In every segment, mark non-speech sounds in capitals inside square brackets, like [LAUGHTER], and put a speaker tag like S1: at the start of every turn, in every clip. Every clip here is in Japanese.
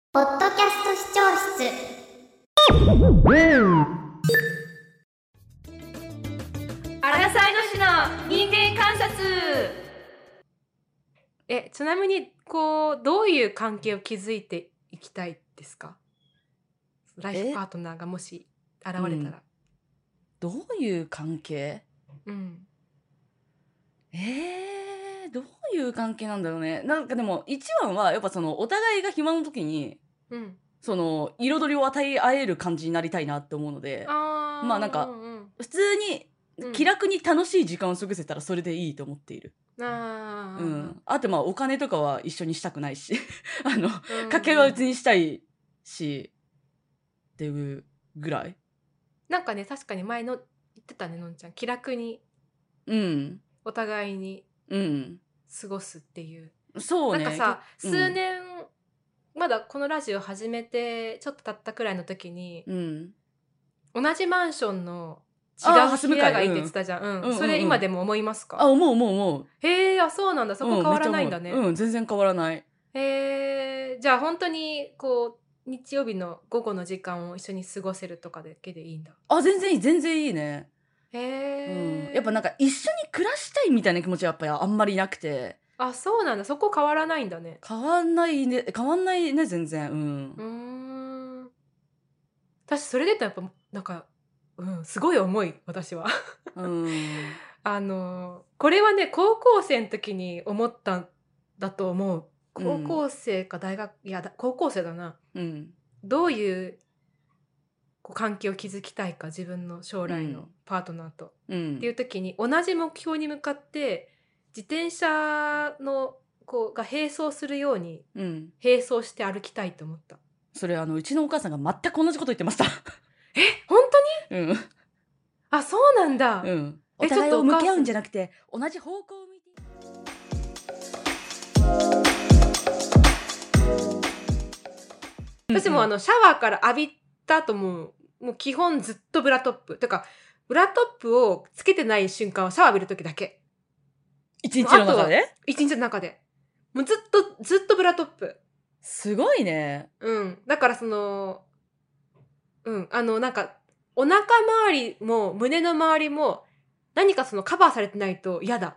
S1: キャスト視聴室
S2: アラサイの市の人間観察えちなみにこうどういう関係を築いていきたいですかライフパートナーがもし現れたら、
S3: どういう関係
S2: うん
S3: えー、どういう関係なんだろうね。なんかでも、一番は、やっぱその、お互いが暇の時に、
S2: うん、
S3: その、彩りを与え合える感じになりたいなって思うので、
S2: あー
S3: まあなんか
S2: うんうん
S3: 普通に、
S2: うん
S3: 気楽に楽しい時間を過ごせたらそれでいいと思っている。
S2: あー、
S3: うん。あと、まあ、お金とかは一緒にしたくないし、 [LAUGHS] あの、
S2: うん
S3: 家計は別にしたいし、っていうぐらい。
S2: なんかね確かに前の言ってたねのんちゃん気楽に
S3: うん。
S2: お互いに
S3: うん。
S2: 過ごすっていう
S3: そうね。
S2: なんかさ、
S3: うん
S2: 数年まだこのラジオ始めてちょっと経ったくらいの時に、
S3: うん。
S2: 同じマンションの違
S3: あー
S2: う部屋がいいって言ってたじゃん、うん
S3: うんうん
S2: それ今でも思います
S3: あ、
S2: か、
S3: 思う思う思う。
S2: へえあそうなんだそこ変わらないんだね、
S3: うん、めっちゃ思ううん、全然変わらない。
S2: へえじゃあ本当にこう日曜日の午後の時間を一緒に過ごせるとかだけでいいんだ
S3: あ、全然いい、全然いいね。
S2: へ
S3: うん
S2: え、、
S3: やっぱなんか一緒に暮らしたいみたいな気持ちはやっぱりあんまりなくて
S2: あそうなんだそこ変わらないんだね
S3: 変わんないね変わんないね全然うん、
S2: うーん私それで言ったらやっぱなんかうんすごい重い私は [LAUGHS]
S3: うん、
S2: あのこれはね高校生の時に思ったんだと思う高校生か大学、いやだ高校生だな
S3: うん、
S2: どういうこう関係を築きたいか自分の将来
S3: う
S2: の
S3: ん
S2: パートナーと、
S3: うん
S2: っていう時に同じ目標に向かって自転車のこうが並走するように
S3: うん、
S2: 並走して歩きたいと思った
S3: それあのうちのお母さんが全く同じこと言ってました [LAUGHS]
S2: 本当に
S3: うん
S2: あそうなんだ、
S3: うんお
S2: えちょっ
S3: 互い
S2: と
S3: を
S2: お母さん
S3: 向き合うんじゃなくて同じ方向を向いて
S2: 私もあのシャワーから浴びたともうもう基本ずっとブラトップてかブラトップをつけてない瞬間はシャワー浴びる時だけ
S3: 一日の
S2: あと
S3: 中
S2: は
S3: で
S2: 一日の中でもうずっとずっとブラトップ
S3: すごいね
S2: うん、だからそのうんあのなんかお腹周りも胸の周りも何かそのカバーされてないと嫌だ、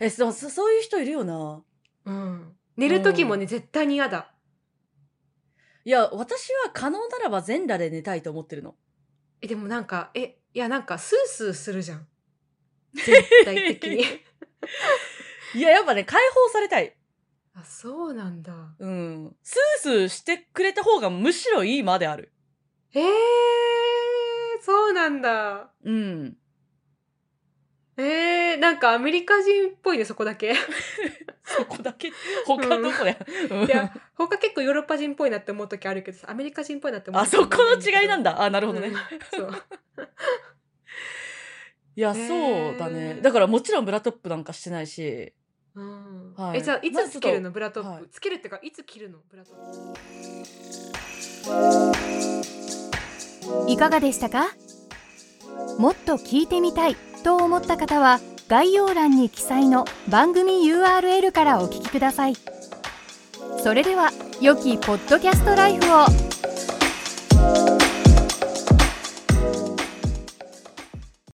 S3: えそうそそういう人いるよな
S2: うん、寝る時もね絶対に嫌だ
S3: いや私は可能ならば全裸で寝たいと思ってるの
S2: えでもなんかえいやなんかスースーする
S3: [LAUGHS]
S2: じゃん絶対的に [LAUGHS]
S3: いややっぱね解放されたい
S2: あそうなんだ
S3: うんスースーしてくれた方がむしろいいまである
S2: えー、そうなんだ
S3: うん
S2: えー、なんかアメリカ人っぽいねそこだ
S3: [LAUGHS]
S2: けい
S3: そこだけ他どこや、うん
S2: や他結構ヨーロッパ人っぽいなって思う時あるけどさアメリカ人っぽいなって思う
S3: あ
S2: 時
S3: そこの違いなん
S2: だ
S3: だあなるほどね、
S2: うん
S3: い
S2: そう
S3: や
S2: へ
S3: そ
S2: ー
S3: うだねだからもちろんブラトップなんかしてないし
S2: うん
S3: はい
S2: えじゃあい
S3: まあ
S2: つつけるのブラトップ、
S3: はい
S2: つけるってかいつ着るのブラトップ
S4: いかがでしたかもっと聞いてみたいと思った方は概要欄に記載の番組 URL からお聞きくださいそれでは良きポッドキャストライフを